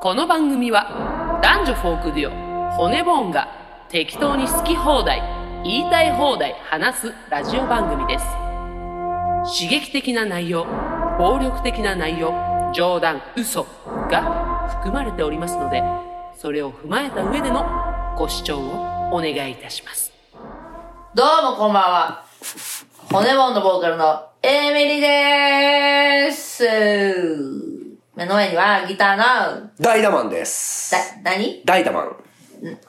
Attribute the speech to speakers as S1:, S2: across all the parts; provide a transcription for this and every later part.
S1: この番組は男女フォークデュオ骨ボーンが適当に好き放題言いたい放題話すラジオ番組です刺激的な内容暴力的な内容冗談嘘が含まれておりますのでそれを踏まえた上でのご視聴をお願いいたします
S2: どうもこんばんは。骨ボンのボーカルのエミリでーす。目の前にはギターの、
S3: ダイダマンです。
S2: だ、なに
S3: ダイダマン。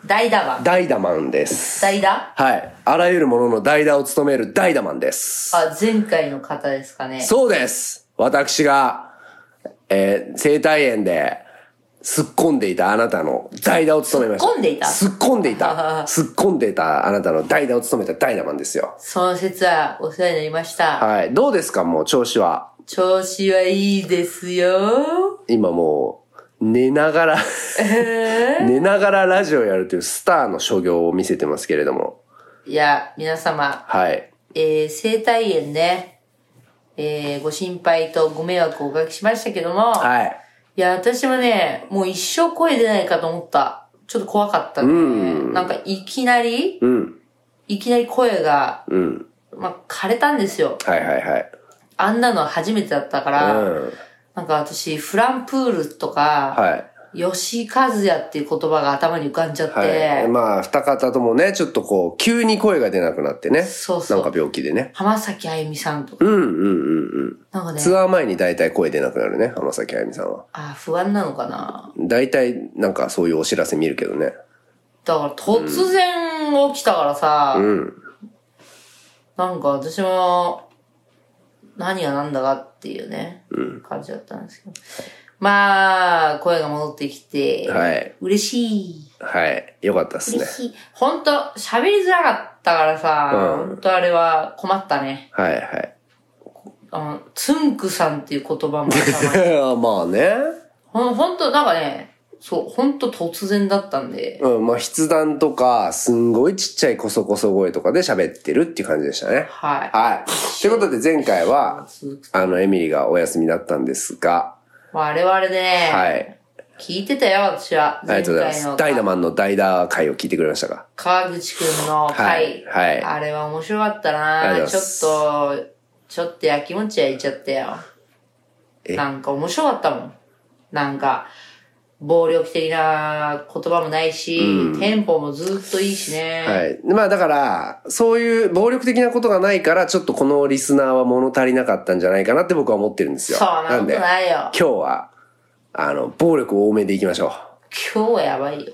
S2: ダイダバ。
S3: ダイダマンです。
S2: ダイダ
S3: はい。あらゆるものの代打を務めるダイダマンです。
S2: あ、前回の方ですかね。
S3: そうです。私が、えー生体炎で、すっ込んでいたあなたの代打を務めました。
S2: 突っ込んでいた
S3: すっ込んでいた。すっ込んでいたあなたの代打を務めたダイダマンですよ。
S2: その説はお世話になりました。
S3: はい。どうですかもう調子は。
S2: 調子はいいですよ。
S3: 今もう、寝ながら、寝ながらラジオやるというスターの所業を見せてますけれども。
S2: いや、皆様、
S3: はい。
S2: えー、生体炎ね、えー、ご心配とご迷惑をおかけしましたけども、
S3: はい。
S2: いや、私もね、もう一生声出ないかと思った。ちょっと怖かったんだよね。なんかいきなり、
S3: うん。
S2: いきなり声が、
S3: うん。
S2: まあ、枯れたんですよ。
S3: はいはいはい。
S2: あんなの初めてだったから、
S3: うん。
S2: なんか私、フランプールとか、
S3: はい。
S2: 吉井和也っていう言葉が頭に浮かんじゃって、
S3: はい。まあ、二方ともね、ちょっとこう、急に声が出なくなってね。
S2: そうそう
S3: なんか病気でね。
S2: 浜崎あゆみさんとか、
S3: うんうんうんうん。
S2: なんかね、
S3: ツアー前に大体声出なくなるね、浜崎あゆみさんは。
S2: あ、不安なのかな。
S3: 大体、なんかそういうお知らせ見るけどね。
S2: だから突然起きたからさ、
S3: うん。
S2: なんか私も、何が何だかっていうね、感じだったんですけど。まあ、声が戻ってきて、
S3: はい。
S2: 嬉しい。
S3: はい。よかったっすね
S2: 嬉。しい。ほんと、喋りづらかったからさ、
S3: うん
S2: ほんとあれは困ったね。
S3: はいはい。
S2: あの、つんくさんっていう言葉も頭 に
S3: まあね。
S2: ほんほんと、なんかね、そう、ほんと突然だったんで、
S3: うん。まあ、筆談とか、すんごいちっちゃいこそこそ声とかで喋ってるっていう感じでしたね。
S2: はい。
S3: はい。ということで、前回は、あの、エミリがお休みだったんですが、
S2: 我々でね、
S3: はい。
S2: 聞いてたよ、私は。
S3: ありがとうございます。ダイダマンのダイダー会を聞いてくれましたか
S2: 川口くんの回、
S3: はいはい
S2: あれは面白かった
S3: あり
S2: な
S3: が
S2: ち
S3: と
S2: ょっ
S3: うござ
S2: と、ちょっとやきもち焼いちゃったよ。
S3: え
S2: なんか面白かったもん。なんか、暴力的な言葉もないし、テンポもずっといいしね。
S3: はい。まあだから、そういう暴力的なことがないから、ちょっとこのリスナーは物足りなかったんじゃないかなって僕は思ってるんですよ。
S2: そんなこと
S3: で、今
S2: ないよ。
S3: 日は、あの、暴力多めでいきましょう。
S2: 今日はやばい よ。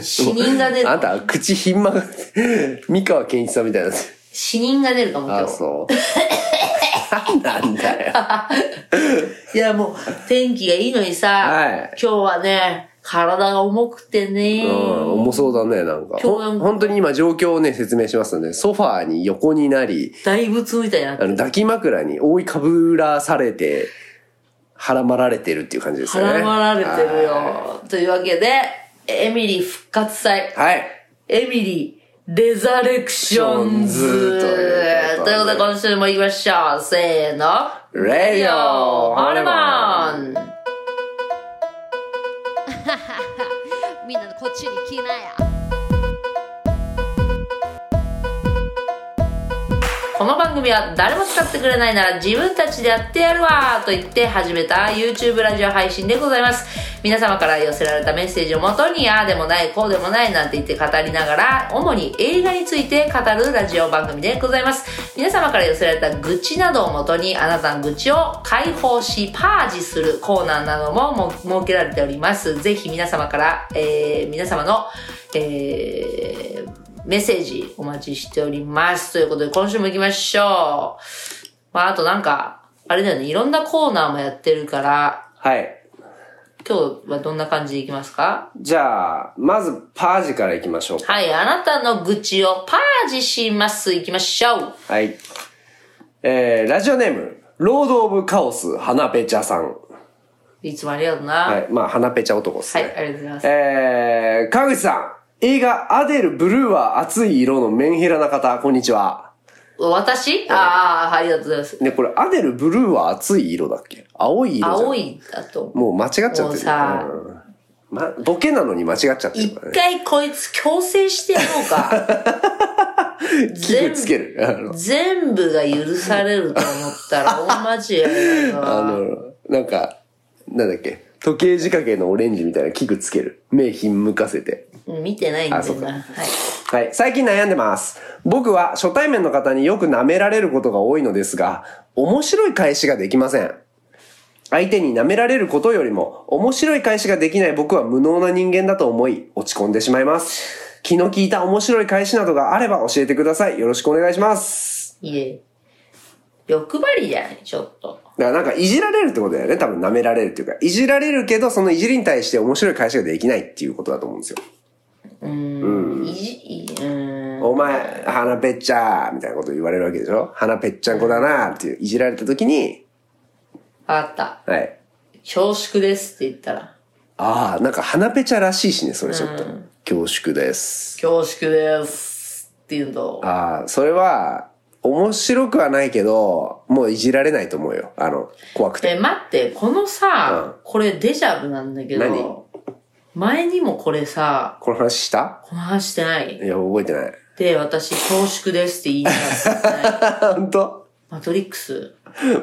S2: 死人が出る
S3: あ。んた、口ひんまが、 三河健一さんみたいな。
S2: 死人が出るかも、今
S3: あ、
S2: 日。
S3: そう。なんだよ。
S2: いや、もう、天気がいいのにさ、
S3: はい
S2: 今日はね、体が重くてね。
S3: うん、重そうだね、なんか。
S2: 今日なん
S3: ほん
S2: か
S3: 本当に今状況をね、説明しますので、ソファーに横になり、
S2: 大仏みたいになって
S3: あ
S2: る
S3: の、抱き枕に覆いかぶらされて、はらまられてるっていう感じですよね。
S2: 絡まられてる
S3: は
S2: よ。というわけで、エミリー復活祭
S3: い。、はい。
S2: エミリーレザレクションズ。と
S3: とい
S2: い
S3: う
S2: う
S3: ことで
S2: ことで、今週も行きましょう。せーの。
S3: レディオ
S2: ハルマン
S4: みんなこっちに来なや。
S2: この番組は誰も使ってくれないなら自分たちでやってやるわと言って始めた YouTube ラジオ配信でございます皆様から寄せられたメッセージをもとにああでもないこうでもないなんて言って語りながら主に映画について語るラジオ番組でございます皆様から寄せられた愚痴などをもとにあなたの愚痴を解放しパージするコーナーなどもも設けられておりますぜひ皆様から、えー皆様の、えーメッセージお待ちしております。ということで、今週も行きましょう。まあ、あとなんか、あれだよね、いろんなコーナーもやってるから、
S3: はい。
S2: 今日はどんな感じで行きますか
S3: じゃあ、まずパージからいきましょうか。
S2: はい、あなたの愚痴をパージします。行きましょう。
S3: はい。えー、ラジオネーム、ロード・オブ・カオス、花ペチャさん。
S2: いつもありがとうな。
S3: は
S2: はい、
S3: い。まあ、花ペチャ男ですね。
S2: ありがとうございます。
S3: えー、川口さん。映画、アデル・ブルーは熱い色のメンヘラな方、こんにちは。
S2: 私ああ、ありがとうございます。
S3: ね、これ、アデル・ブルーは熱い色だっけ青い色じゃん
S2: 青いだと思う。
S3: もう間違っちゃってる。
S2: もうさ
S3: うんま、ボケなのに間違っちゃってる
S2: 一
S3: からね。
S2: 回こいつ強制してやろう か。
S3: 器具つける。あの、
S2: 全部が許されると思ったら、大間違いだ
S3: あ
S2: な。
S3: の、なんか、なんだっけ。時計仕掛けのオレンジみたいな器具つける。目ひんむかせて。
S2: うん見てないんだ
S3: あそ
S2: よ
S3: う
S2: な。
S3: か
S2: はい。
S3: はい。最近悩んでます。僕は初対面の方によく舐められることが多いのですが、面白い返しができません。相手に舐められることよりも、面白い返しができない僕は無能な人間だと思い、落ち込んでしまいます。気の利いた面白い返しなどがあれば教えてください。よろしくお願いします。
S2: いえ。欲張りじゃないちょっと。
S3: だからなんかいじられるってことだよね。多分舐められるっていうか。いじられるけど、そのいじりに対して面白い返しができないっていうことだと思うんですよ。
S2: うん。いじ、いうん。
S3: お前、鼻ぺっちゃーみたいなこと言われるわけでしょ鼻ぺっちゃんこだなーっていういじられた時に、
S2: わかった。
S3: はい。
S2: 恐縮ですって言ったら。
S3: ああ、なんか鼻ぺちゃらしいしね、それちょっと。恐縮です。
S2: 恐縮ですって言うと。
S3: ああ、それは、面白くはないけど、もういじられないと思うよ。あの、怖くて。
S2: え、待って、このさ、
S3: う
S2: これデジャブなんだけど、前にもこれさ、
S3: この話した
S2: この話してない
S3: いや、覚えてない。
S2: で、私、恐縮ですって言いながら、ね、
S3: あ、ほんと
S2: マトリックス。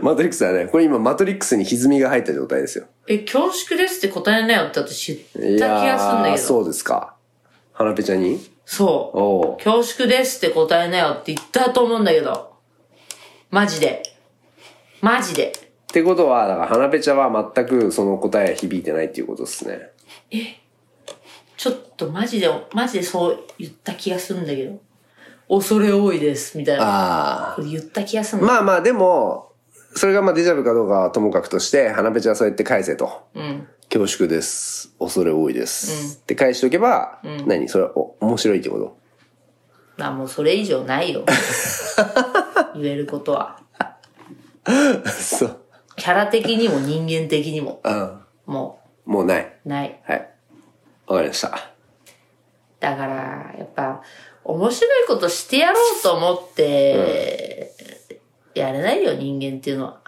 S3: マトリックスだね。これ今、マトリックスに歪みが入った状態ですよ。
S2: え、恐縮ですって答えなよって私言
S3: い
S2: った気がするんだ
S3: やー
S2: けど。そう。
S3: そうですか。鼻ぺちゃにおう
S2: 恐縮ですって答えなよって言ったと思うんだけど。マジで。マジで。
S3: ってことは、だから、花ペチャは全くその答えは響いてないっていうことですね。
S2: ちょっとマジで、マジでそう言った気がするんだけど。恐れ多いです、みたいな。
S3: ああ。
S2: これ言った気がするんだ
S3: まあまあ、でも、それがまあデジャブかどうかはともかくとして、花ペチャはそうやって返せと。
S2: うん。
S3: 恐縮です。恐れ多いです。って返しておけば、何それはお面白いってこと
S2: まあもうそれ以上ない よ。言えることは。
S3: そう。
S2: キャラ的にも人間的にも。
S3: うん。
S2: も
S3: もうない。
S2: う、ない。
S3: はい。わかりました。
S2: だから、やっぱ、面白いことしてやろうと思って、やれないよ、人間っていうのは。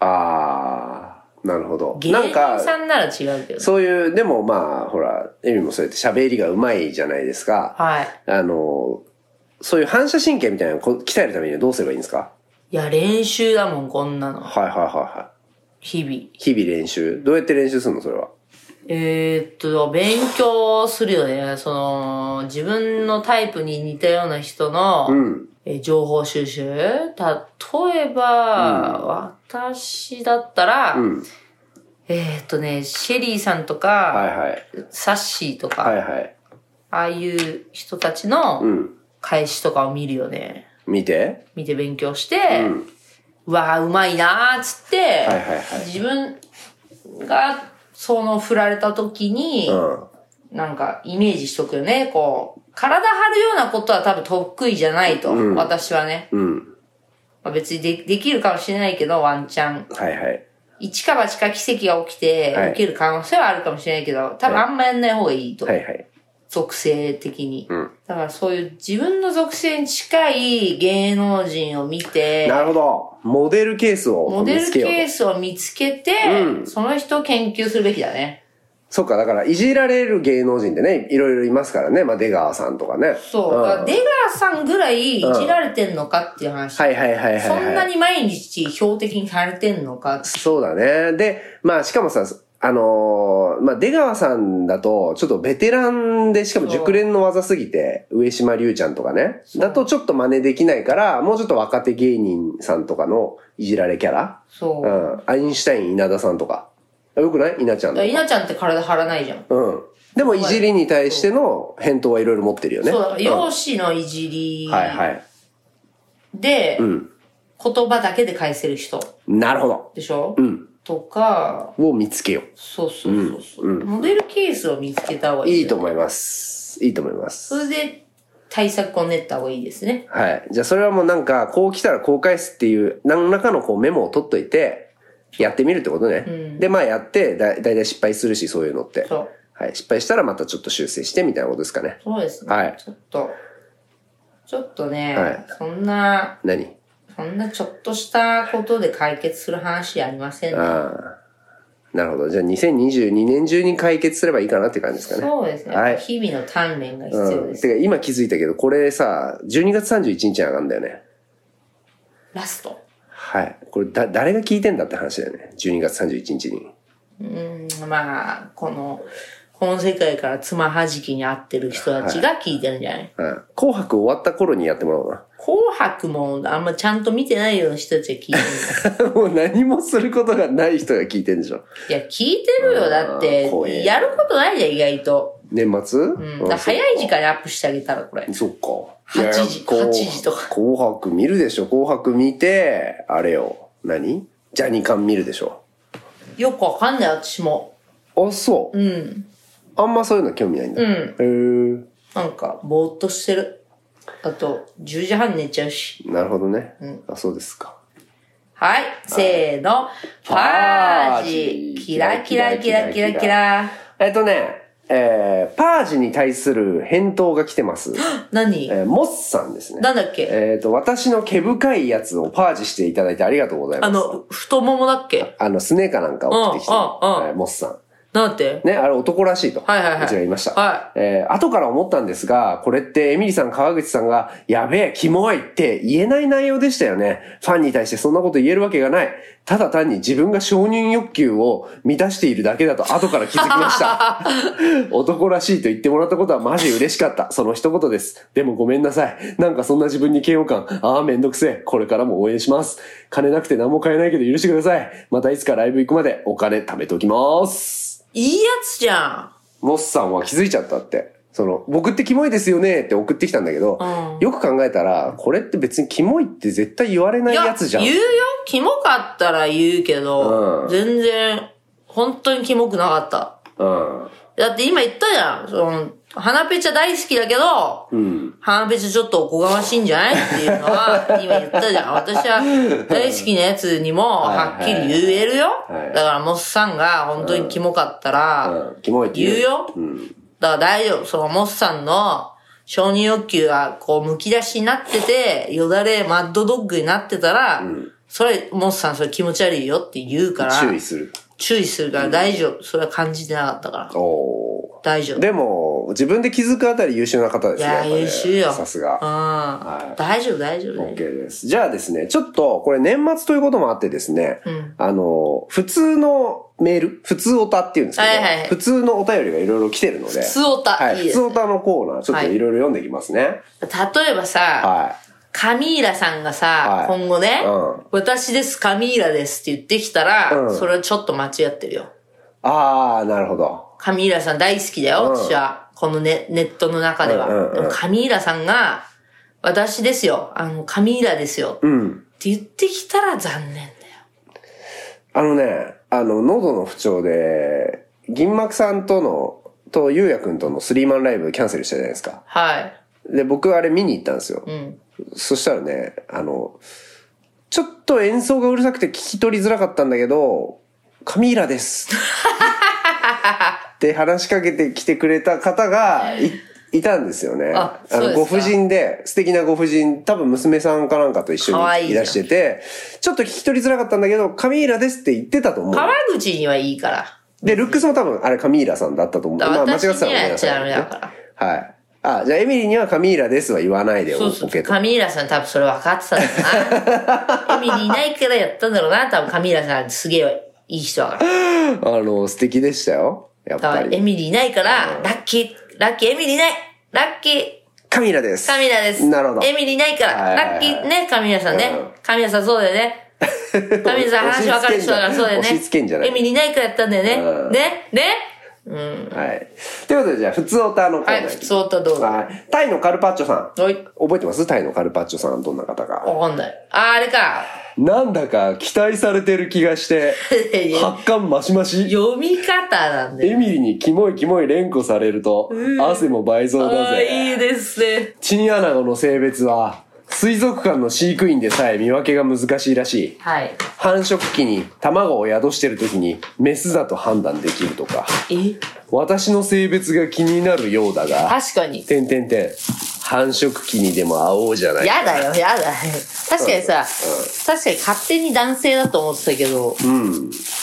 S3: あー、なるほど。
S2: 芸
S3: なん
S2: 人
S3: か、
S2: さんなら違うけど。
S3: そういう、でもまあ、ほら、エミもそうやって喋りがうまいじゃないですか。
S2: はい。
S3: あの、そういう反射神経みたいなのをこ鍛えるためにはどうすればいいんですか
S2: いや、練習だもん、こんなの。
S3: はいはいはいは
S2: 日々。
S3: い。日々練習。どうやって練習するのそれは。
S2: えーっと、勉強するよね。その、自分のタイプに似たような人の、
S3: うん。
S2: えー情報収集例えば、私だったら、
S3: うん。
S2: えーっとね、シェリーさんとか、
S3: はいはい。
S2: サッシーとか、
S3: はいはい。
S2: ああいう人たちの
S3: うん。
S2: 返しとかを見るよね。
S3: 見て。
S2: 見て勉強して、
S3: うん。
S2: うわあ、うまいなーっつって、
S3: はいはいはい
S2: 自分が、その、振られた時に、
S3: うん。
S2: なんか、イメージしとくよね。こう、体張るようなことは多分得意じゃないと、
S3: うん
S2: 私はね。
S3: うん。
S2: まあ、別にでできるかもしれないけど、ワンチャン。
S3: はいはい。
S2: 一か八か奇跡が起きて、
S3: はい
S2: 受ける可能性はあるかもしれないけど、多分あんまやんない方がいいと。
S3: はいはい。
S2: 属性的に、
S3: ん
S2: だからそういう自分の属性に近い芸能人を見て、
S3: なるほど。モデルケースを
S2: モデ
S3: 見
S2: ル
S3: つけよう
S2: ケー
S3: と。
S2: スを見つけて、
S3: うん
S2: その人を研究するべきだね。
S3: そっか、だから、いじられる芸能人ってね、いろいろいますからね。まあ、出川さんとかね。
S2: そう。
S3: ん
S2: だ
S3: は
S2: か
S3: い
S2: ら出川さんぐらいいじられてんのかっていう話。
S3: はいはいはいはい。
S2: そんなに毎日標的にされてんのかって
S3: そうだね。で、まあしかもさ、あのーまあ出川さんだと、ちょっとベテランで、しかも
S2: そう
S3: 熟練の技すぎて、上島竜ちゃんとかね、だとちょっと真似できないから、もうちょっと若手芸人さんとかのいじられキャラ、
S2: そう
S3: う。ん、アインシュタイン稲田さんとか。よくない稲ちゃん
S2: だか
S3: の
S2: ら。稲ちゃんって体張らないじゃん。
S3: うん。でもいじりに対しての返答はいろいろ持ってるよね。
S2: そう、だから
S3: ん
S2: 容姿のいじり
S3: はいはい。
S2: で、
S3: うん。
S2: 言葉だけで返せる人
S3: なるほど。
S2: でしょ、
S3: うん。
S2: とか、
S3: を見つけよ
S2: そうそうそうそう、
S3: うんうん
S2: モデルケースを見つけた方が
S3: う。
S2: いい。
S3: いいと思います。いいと思います。
S2: それで対策を練った方がいいですね。
S3: はい。じゃあそれはもうなんか、こう来たらこう返すっていう、何らかのこうメモを取っといて、やってみるってことね。
S2: うん
S3: で、まあやってだ、だいたい失敗するし、そういうのって。
S2: そう。
S3: はい。失敗したらまたちょっと修正してみたいなことですかね。
S2: そうですね。
S3: はい
S2: ちょっと、ちょっとね、
S3: はい
S2: そんな、
S3: 何
S2: そんなちょっとしたことで解決する話じゃありませんね。
S3: ああ。なるほど。じゃあ2022年中に解決すればいいかなって感じですかね。
S2: そうですね。
S3: はい
S2: 日々の鍛錬が必要
S3: う
S2: で
S3: ん。
S2: す。
S3: てか今気づいたけど、これさ、12月31日に上がるんだよね。
S2: ラスト。
S3: はい。これだ、誰が聞いてんだって話だよね。12月31日に。
S2: うん、まあ、この、この世界からつまはじきに合ってる人たちが聞いてるんじゃない、
S3: うん。紅白終わった頃にやってもらおうな。
S2: 紅白もあんまちゃんと見てないような人たちが聞いてるんだ。
S3: もう何もすることがない人が聞いてんでしょ。
S2: いや、聞いてるよ。だっ
S3: あー怖え
S2: て、やることないじゃん、意外と。
S3: 年末
S2: うん。
S3: う
S2: だ
S3: ん
S2: から早い時間にアップしてあげたら、これ。
S3: そっか。
S2: 8時
S3: いやこう
S2: 8時とか
S3: 紅白見るでしょ。紅白見て、あれよ。何ジャニカン見るでしょ。
S2: よくわかんない、私も。
S3: あ、そう。
S2: うん。
S3: あんまそういうの興味ないんだ。
S2: う
S3: へ
S2: ん。
S3: ー
S2: なんか、ぼーっとしてる。あと、10時半寝ちゃうし。
S3: なるほどね。
S2: ん
S3: あ、そうですか。
S2: はい、せーの。ファージ。キラキラキラキラキラ。
S3: えっとね、えー、パージに対する返答が来てます。
S2: 何
S3: えー、モッさんですね。
S2: なんだっけ
S3: えっ、と、私の毛深いやつをパージしていただいてありがとうございます。
S2: あ、の、太ももだっけ
S3: あのスネーかなんか送ってきて、
S2: うんうんうん
S3: えーモッさん。
S2: なんだって
S3: ね、あれ男らしいと。
S2: はいはいはいう
S3: ちが言いました。
S2: は
S3: えー後から思ったんですが、これってエミリさん、川口さんが、やべえ、キモいって言えない内容でしたよね。ファンに対してそんなこと言えるわけがない。ただ単に自分が承認欲求を満たしているだけだと後から気づき ました。男らしいと言ってもらったことはマジ嬉しかった。その一言です。でもごめんなさい。なんかそんな自分に嫌悪感。ああ、めんどくせえ。これからも応援します。金なくて何も買えないけど許してください。またいつかライブ行くまでお金貯めておきます。
S2: いいやつじゃん。
S3: モスさんは気づいちゃったって。その、僕ってキモいですよねって送ってきたんだけど、
S2: うん
S3: よく考えたら、これって別にキモいって絶対言われないやつじゃん。
S2: 言うよ。キモかったら言うけど、
S3: うん
S2: 全然、本当にキモくなかった。
S3: うん。
S2: だって今言ったじゃん。その、花ペチャ大好きだけど、
S3: うん。
S2: 花ペチャちょっとおこがましいんじゃないっていうのは、今言ったじゃん。私は大好きなやつにも、
S3: はい
S2: はっきり言えるよ。
S3: はい
S2: だから、モスさんが本当にキモかったら、
S3: うんキモいって言う。
S2: 言うよ
S3: うん。
S2: だから大丈夫。そのモスさんの承認欲求がこうむき出しになってて、よだれマッドドッグになってたら、それ、モスさんそれ気持ち悪いよって言うから、
S3: 注意する。
S2: 注意するから大丈夫。それは感じてなかったから。
S3: お
S2: 大丈
S3: ー
S2: 夫。
S3: でも、自分で気づくあたり優秀な方です
S2: い
S3: ね。
S2: や、
S3: っぱね
S2: 優秀よ。
S3: さす
S2: うん、
S3: が。い
S2: 大丈夫、大丈夫。大
S3: OK
S2: 丈夫
S3: です。じゃあですね、ちょっと、これ年末ということもあってですね、
S2: ん
S3: あの、普通のメール、普通おたっていうんですけど、
S2: はいはいはい
S3: 普通のお便りがいろいろ来てるので、
S2: 普通オタ
S3: はい
S2: いい
S3: 普
S2: です
S3: 通
S2: ね
S3: オタのコーナー、ちょっといろいろ読んでいきますね。
S2: 例えばさ、
S3: は
S2: カミーラさんがさ、
S3: はい
S2: 今後ね、
S3: うん
S2: 私です、カミーラですって言ってきたら、
S3: うん
S2: それはちょっと間違ってるよ。
S3: い。あー、なるほど。
S2: カミーラさん大好きだよ、
S3: うん
S2: 私は。このネネットの中では。
S3: うんうんうん
S2: でもカミーラさんが、私ですよ、あの、カミーラですよ、
S3: うん。
S2: って言ってきたら残念だよ。
S3: あのね、あの、喉の不調で、銀幕さんとの、と、ゆうやくんとのスリーマンライブキャンセルしたじゃないですか。
S2: はい。
S3: で、僕あれ見に行ったんですよ。
S2: うん。
S3: そしたらね、あの、ちょっと演奏がうるさくて聞き取りづらかったんだけど、カミーラです。って話しかけてきてくれた方がいいたんですよね。
S2: あそう
S3: の、
S2: ですか
S3: ご婦人で、素敵なご婦人、多分娘さんかなんかと一緒
S2: 可愛い
S3: にい
S2: じゃん
S3: らしてて、ちょっと聞き取りづらかったんだけど、カミーラですって言ってたと思う。
S2: 川口にはいいから。
S3: で、ルックスも多分、あれカミーラさんだったと思う。
S2: だから
S3: 間違って
S2: 私
S3: た
S2: に
S3: らごめん
S2: は
S3: なさい
S2: ダメだから。
S3: はい。あ、じゃあエミリーにはカミーラですは言わないで
S2: そう
S3: OK
S2: そう。
S3: と。
S2: カミーラさん多分それ分かってたんだ ろうな。エミリーいないからやったんだろうな。多分カミーラさんすげえいい人だから。
S3: あの、素敵でしたよ。やっ
S2: だ
S3: ぱ
S2: からエ
S3: り。
S2: ミリーいないから、ラッキー、ラッキー、エミリーいないラッキー
S3: カミラです。
S2: カミラです。
S3: なるほど。
S2: エミリーないから。
S3: はいはいは
S2: ラッ
S3: い
S2: キーね、カミラさんね
S3: うん。
S2: カミラさんそうだよ ね。カミラさん話分かる人だからそうだよね。
S3: 押し付けんじゃない
S2: エミリーないからやったんだよ
S3: うん
S2: ね。ねね
S3: はい。ということで、じゃあ、普通オタのコーナ
S2: は
S3: ー
S2: い、
S3: に
S2: 普通音どうぞ。は
S3: はいタイのカルパッチョさん。
S2: い。
S3: 覚えてますタイのカルパッチョさん、どんな方が。
S2: わかんない。あー、あれか。
S3: なんだか期待されてる気がして、発汗マシマシ。
S2: 読み方なんだよ。
S3: エミリーにキモいキモい連呼されると、汗も倍増だ
S2: あー
S3: ぜ。
S2: いいですね。
S3: チンアナゴの性別は、水族館の飼育員でさえ見分けが難しいらしい。
S2: はい。
S3: 繁殖期に卵を宿してる時にメスだと判断できるとか
S2: え
S3: 私の性別が気になるようだが
S2: 確かに。
S3: 点点点繁殖期にでも会おうじゃない
S2: やだ よ、やだよ。確かにさ、
S3: うんうん
S2: 確かに勝手に男性だと思ってたけど、
S3: うん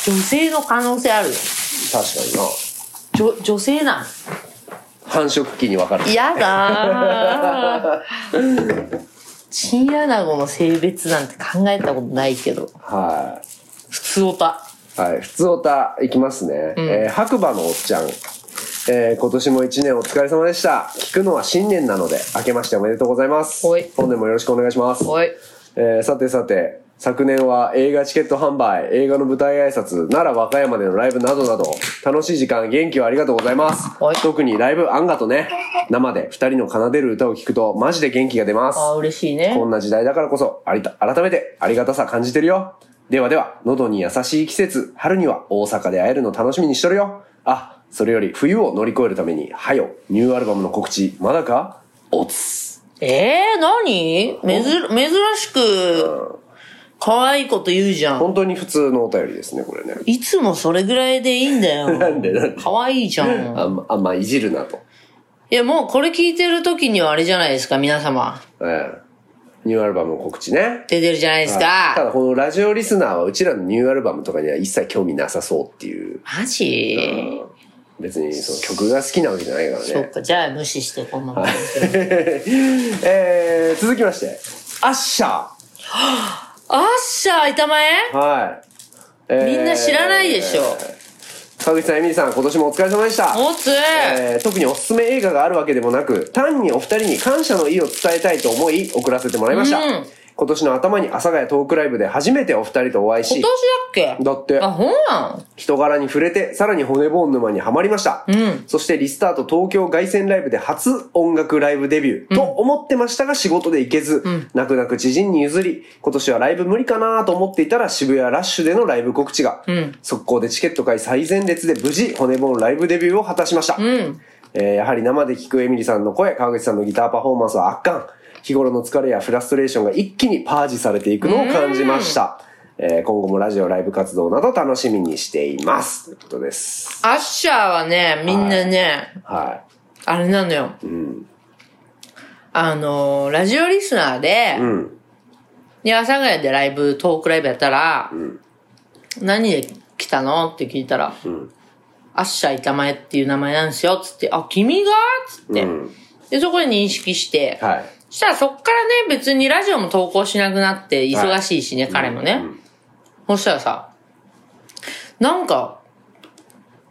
S3: 確
S2: 女性の可能性あるよ。
S3: かにな
S2: 女、女性な
S3: 繁殖期に分かる
S2: のやだ ーチンアナゴの性別なんて考えたことないけど、
S3: はい
S2: 普通オタ。
S3: はい、普通オタいきますね、えー白馬のおっちゃん、えー今年も1年お疲れ様でした聞くのは新年なので明けましておめでとうございます
S2: はい
S3: 本年もよろしくお願いします、
S2: おい。
S3: えーさてさて昨年は映画チケット販売映画の舞台挨拶奈良和歌山でのライブなどなど楽しい時間元気をありがとうございます
S2: はい
S3: 特にライブあんがとね生で2人の奏でる歌を聞くとマジで元気が出ます
S2: ああ、嬉しいね。
S3: こんな時代だからこそ、ありた、改めてありがたさ感じてるよ。ではでは、喉に優しい季節、春には大阪で会えるの楽しみにしとるよ。あ、それより冬を乗り越えるために、はよ、ニューアルバムの告知、まだかおつ。
S2: えー、何めず、珍しく、可愛いこと言うじゃん。
S3: 本当に普通のお便りですね、これね。
S2: いつもそれぐらいでいいんだ
S3: な
S2: よ。
S3: んでなんで
S2: 可愛いじゃん。
S3: あんま、あんまいじるなと。
S2: いや、もうこれ聞いてる時にはあれじゃないですか、皆様。
S3: ええニューアルバムの告知ね。
S2: 出てるじゃないです
S3: はいた
S2: か。
S3: だ、このラジオリスナーは、うちらのニューアルバムとかには一切興味なさそうっていう。
S2: マジ
S3: 別に、その曲が好きなわけじゃないからね。
S2: そっか、じゃあ無視して、こんなもん。
S3: えー、続きまして、アッシャ
S2: あっしゃ、板前
S3: ー。はい。えー
S2: みんな知らないでしょ。
S3: 川口さん、エミリーさん、今年もお疲れ様でした。
S2: おつ
S3: えー特におすすめ映画があるわけでもなく、単にお二人に感謝の意を伝えたいと思い、送らせてもらいました。
S2: うん
S3: 今年の頭に阿佐ヶ谷トークライブで初めてお二人とお会い
S2: 今年
S3: し
S2: だ、っけ
S3: だって
S2: あ、ほんなん
S3: 人柄に触れて、さらに骨ボーン沼にはまりました。
S2: ん
S3: そしてリスタート東京凱旋ライブで初音楽ライブデビューと思ってましたが仕事で行けず、泣く泣く知人に譲り、今年はライブ無理かなと思っていたら渋谷ラッシュでのライブ告知が、速攻でチケット買い最前列で無事骨ボーンライブデビューを果たしました。えーやはり生で聴くエミリさんの声、川口さんのギターパフォーマンスは圧巻。日頃の疲れやフラストレーションが一気にパージされていくのを感じました。えー今後もラジオ、ライブ活動など楽しみにしています。ということです。
S2: アッシャーはね、みんなね、
S3: は
S2: あれなのよ。
S3: い。うん。
S2: あのー、ラジオリスナーで、
S3: うん。
S2: で、阿佐ヶ谷でライブ、トークライブやったら、何で来たのって聞いたら、アッシャー板前っていう名前なんですよ、つって、あ、君がつって、
S3: うん
S2: で、そこで認識して、
S3: はい。
S2: そしたらそっからね、別にラジオも投稿しなくなって、忙しいしね、彼もね、そしたらさ、なんか、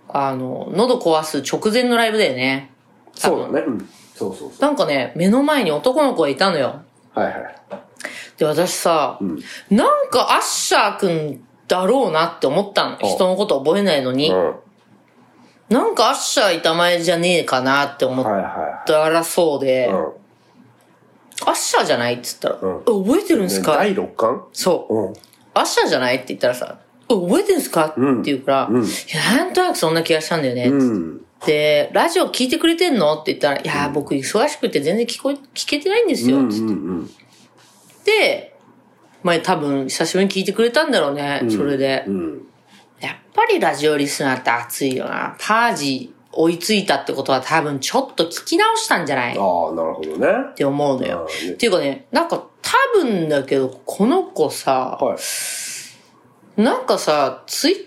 S2: あの、喉壊す直前のライブだよね。
S3: そうだね。うん。そうそうそ
S2: なんかね、目の前に男の子がいたのよ。
S3: う。はいはい。
S2: で、私さ、なんかアッシャーくんだろうなって思ったの。
S3: お
S2: 人のこと覚えないのに
S3: うん。。は
S2: なんかアッシャー板前じゃねえかなって思
S3: い
S2: っ
S3: は
S2: たらそうで、
S3: い。うん。
S2: アッシャーじゃないって言ったら、え
S3: ん
S2: 覚えてるんですか、
S3: 第六巻
S2: そう、
S3: うん。
S2: アッシャーじゃないって言ったらさ、え覚えてるんですかって言うから、
S3: う
S2: い
S3: ん
S2: や、なんとなくそんな気がしたんだよね。
S3: うん。
S2: で、ラジオ聞いてくれてんのって言ったら、いやー、僕忙しくて全然聞こえ、聞けてないんです
S3: うんう
S2: よ。
S3: んうん。
S2: で、前多分久しぶりに聞いてくれたんだろうね、それで。
S3: うん。
S2: やっぱりラジオリスナーって熱いよな。パージ追いついたってことは多分ちょっと聞き直したんじゃないっ
S3: ああ、なるほどね。
S2: て思うのよ。
S3: うん
S2: っていうかね、なんか多分だけど、この子さ、
S3: はい。
S2: なんかさ、ツイッタ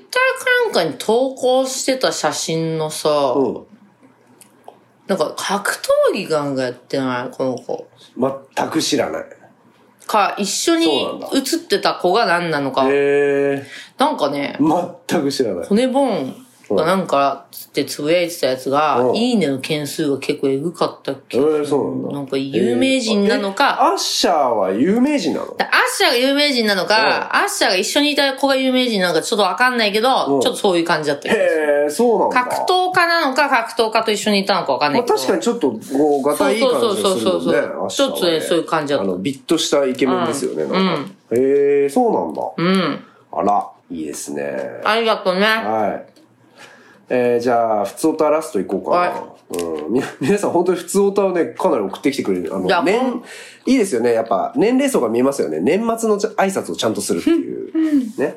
S2: ーかなんかに投稿してた写真のさ、
S3: うん。
S2: なんか格闘技ガンがやってないこの子。
S3: 全く知らない。
S2: か、一緒
S3: そう
S2: に
S3: なんだ
S2: 写ってた子が何なのか。
S3: え
S2: なんかね、
S3: ー。全く知らない。
S2: 骨ボーンがなんかつってつぶやいてたやつが
S3: う、ん
S2: いいねの件数が結構えぐかったっ
S3: え
S2: け
S3: ー、そうなんだ。
S2: なんか有名人なの
S3: えー
S2: か、
S3: アッシャーは有名人なの
S2: アッシャーが有名人なのか、アッシャーが一緒にいた子が有名人なのかちょっとわかんないけ
S3: う
S2: ど、
S3: ん
S2: ちょっとそういう感じだったよ。
S3: へえ、そうなんだ。
S2: 格闘家なのか格闘家と一緒にいたのかわかんな
S3: まあ、
S2: いけど。
S3: 確かにちょっと、こう、がたいい感じがする
S2: そうそうそう
S3: もんね。
S2: そうそうちょっとね
S3: 明日は
S2: そういう感じだ
S3: あ
S2: った
S3: の、ビッとしたイケメンですよね、なんか。へえ、そうなんだ。
S2: うん。
S3: あら、いいですね。
S2: ありがとうね。
S3: はい。えー、じゃあ、普通オタラストいこうかな。
S2: は
S3: うん、み皆さん本当に普通オタをね、かなり送ってきてくれる。あ
S2: いや
S3: の、
S2: ほ
S3: 年
S2: ん、
S3: いいですよね。やっぱ、年齢層が見えますよね。年末のちゃ挨拶をちゃんとするっていう。ね。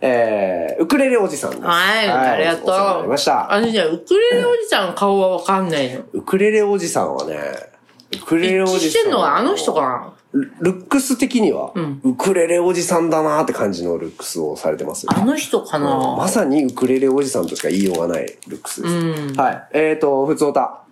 S3: えー、ウクレレおじさんです。
S2: はい、ありがとう。
S3: お世話になりました。
S2: あのね、ウクレレおじちゃんの顔はわかんないの。
S3: ウクレレおじさんはね、クレレお
S2: 一致
S3: じさ
S2: し
S3: ん。
S2: てんのはあの人かな
S3: ルルックス的には、ウクレレおじさんだなって感じのルックスをされてますよ
S2: あの人か
S3: ま
S2: な
S3: さにウクレレおじさんとしか言いようがないルックスです。はい。えーと、普通オタ。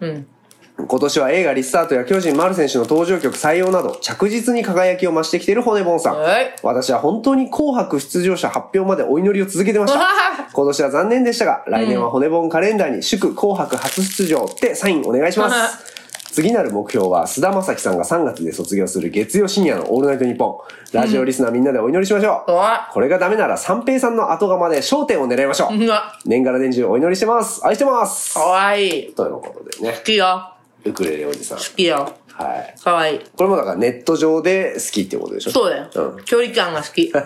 S3: 今年は映画リスタートや巨人丸選手の登場曲採用など着実に輝きを増してきている骨盆さん。
S2: はい
S3: 私は本当に紅白出場者発表までお祈りを続けてま し
S2: うわ
S3: た。今年は残念でしたが、来年は骨盆カレンダーに祝紅白初出場ってサインお願いしま
S2: はは
S3: す。 次なる目標は菅田将暉さんが3月で卒業する月曜深夜のオールナイトニッポン。ラジオリスナーみんなでお祈りしましょう。
S2: はい
S3: これがダメなら三平さんの後釜で焦点を狙いましょう。
S2: うわ
S3: 年がら年中お祈りしてます。愛してます。
S2: かわいい。
S3: ということでね
S2: 好、きよ。
S3: ウクレレおじさん。
S2: 好きよ。
S3: はい。
S2: かわいい。
S3: これもだからネット上で好きってことでしょ
S2: そうだよ。
S3: ん。
S2: 距離感が好 き。好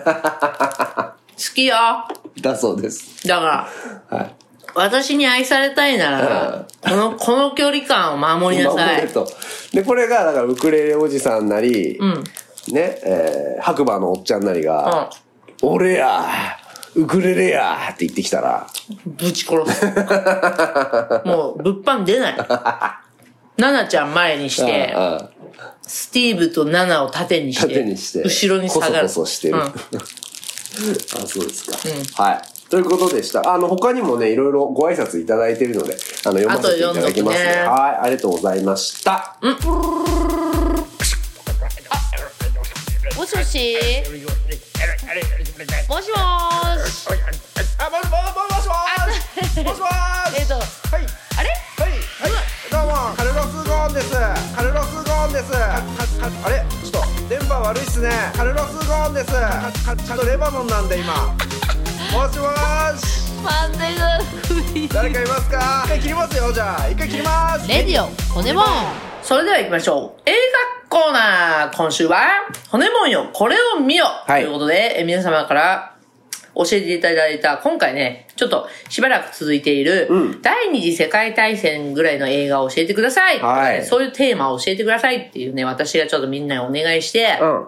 S2: きよ。
S3: だそうです。
S2: だから、
S3: はい。
S2: 私に愛されたいなら、この、この距離感を守りな
S3: 守
S2: さ
S3: れ
S2: い。
S3: と。で、これが、だからウクレレおじさんなり、ね、えー白馬のおっちゃんなりが、俺やウクレレやって言ってきたら、
S2: ぶち殺す。もう、物販出ない。ナナちゃん前にして、
S3: うんうん
S2: スティーブとナナを縦にして、
S3: 縦にして、
S2: 後ろに下がる。
S3: コソコソしてる。
S2: うん
S3: あ、そうですか。はい。ということでした。あの、他にもね、いろいろご挨拶いただいてるので、あの、読ませていただきますね。
S2: あと読んどくね
S3: はい、ありがとうございました。
S5: あ、もしももしもーしもし
S4: もしもしもしもーし
S5: もーし
S4: えっと
S5: はい
S4: あれ
S5: はいはいどうもカルロス・ゴーンですカルロス・ゴーンですかかあれちょっと電波悪いっすねカルロス・ゴーンですかかちょっとレバノンなんで今もしもーし
S4: マンデーが
S5: 誰かいますか一回切りますよじゃあ一回切ります
S4: レディオ骨もん
S2: それでは行きましょう。映画コーナー今週は、骨もんよ、これを見よ、
S3: い
S2: ということで、え皆様から教えていただいた、今回ね、ちょっとしばらく続いている、第二次世界大戦ぐらいの映画を教えてください。
S3: はい
S2: そういうテーマを教えてくださいっていうね、私がちょっとみんなにお願いして、
S3: うん。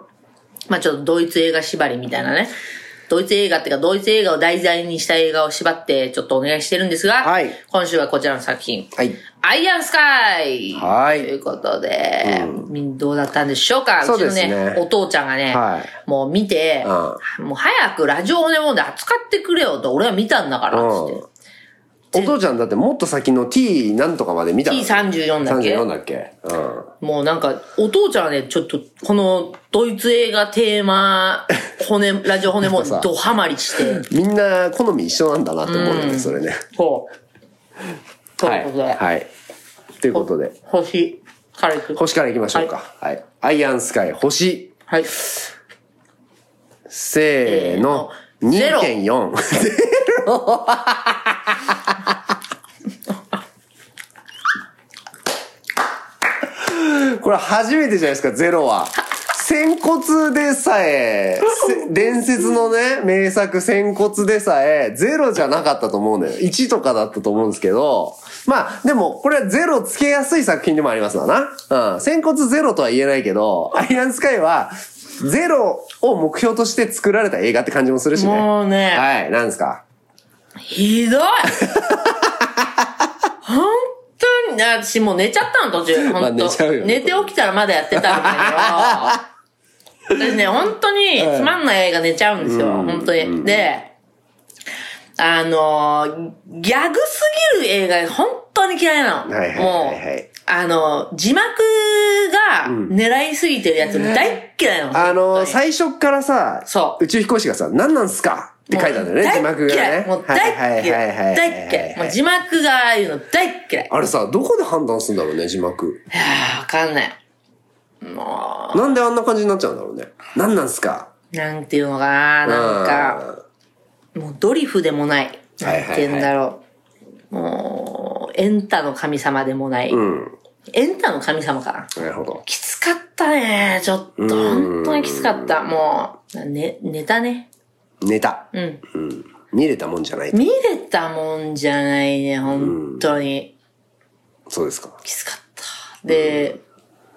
S2: まあちょっとドイツ映画縛りみたいなね。ドイツ映画っていうか、ドイツ映画を題材にした映画を縛って、ちょっとお願いしてるんですが、
S3: はい
S2: 今週はこちらの作品。
S3: はい。
S2: アイアンスカイ
S3: はい
S2: ということで、みん、どうだったんでしょうか
S3: そうですね
S2: ちのね、お父ちゃんがね、
S3: は
S2: もう見て、もう早くラジオネモンで扱ってくれよと、俺は見たんだから、つって。
S3: お父ちゃんだってもっと先の T なんとかまで見たの
S2: T34 だっけ
S3: 34だっけうん。
S2: もうなんか、お父ちゃんはね、ちょっと、この、ドイツ映画テー マ、骨、ラジオ骨も
S3: さ
S2: ドハマりして、
S3: みんな好み一緒なんだなって思うよね、それね。
S2: そう。と
S3: は
S2: いうこ
S3: い。
S2: とで、
S3: はい。ということで、
S2: 星、軽く。
S3: 星からいきましょうか。はい。アイアンスカイ、星、
S2: はい。
S3: せーの、
S2: ゼロ
S3: 2.4。これ初めてじゃないですか、ゼロは。仙骨でさえ、せ伝説のね、名作仙骨でさえ、ゼロじゃなかったと思うのよ。1とかだったと思うんですけど、まあ、でも、これはゼロつけやすい作品でもありますわな。うん。仙骨ゼロとは言えないけど、アイアンスカイは、ゼロを目標として作られた映画って感じもするしね。
S2: もうね
S3: はい、なんですか。
S2: ひどい本当に、私もう寝ちゃったの途中。
S3: まあ
S2: 本当
S3: 寝ちゃうよね
S2: 寝て起きたらまだやってたんだ けど。私ね、本当につまんない映画寝ちゃうんですよ。本当に。で、あのー、ギャグすぎる映画、本当に嫌いなの。
S3: はいはい
S2: も、
S3: はいはいう
S2: あのー、字幕が狙いすぎてるやつ、大っ嫌いなの。
S3: あ
S2: 本当
S3: のー、
S2: に
S3: 最初からさ、
S2: そう
S3: 宇宙飛行士がさ、何なんすかって書いたんだよね、字幕がね。
S2: もう大っ嫌。
S3: はいいはいはいはいはい
S2: もう大っ嫌い。もう字幕がああいうの大っ嫌い。
S3: あれさ、どこで判断するんだろうね、字幕。
S2: いやーわかんない。も
S3: なんであんな感じになっちゃうんだろうね。何なんすか
S2: う、なんていうのかな、なんか、
S3: か。
S2: もうドリフでもない。
S3: はいはい
S2: なんていうんだろう。もう、エンタの神様でもない。
S3: うん。
S2: エンタの神様かな。
S3: なるほど。
S2: きつかったね、ちょっと。本当にきつかった。もう、ね、ネタね。
S3: ネタ。
S2: うん。
S3: 見れたもんじゃない。
S2: 見れたもんじゃないね、本当に。
S3: そうですか。
S2: きつかった。で、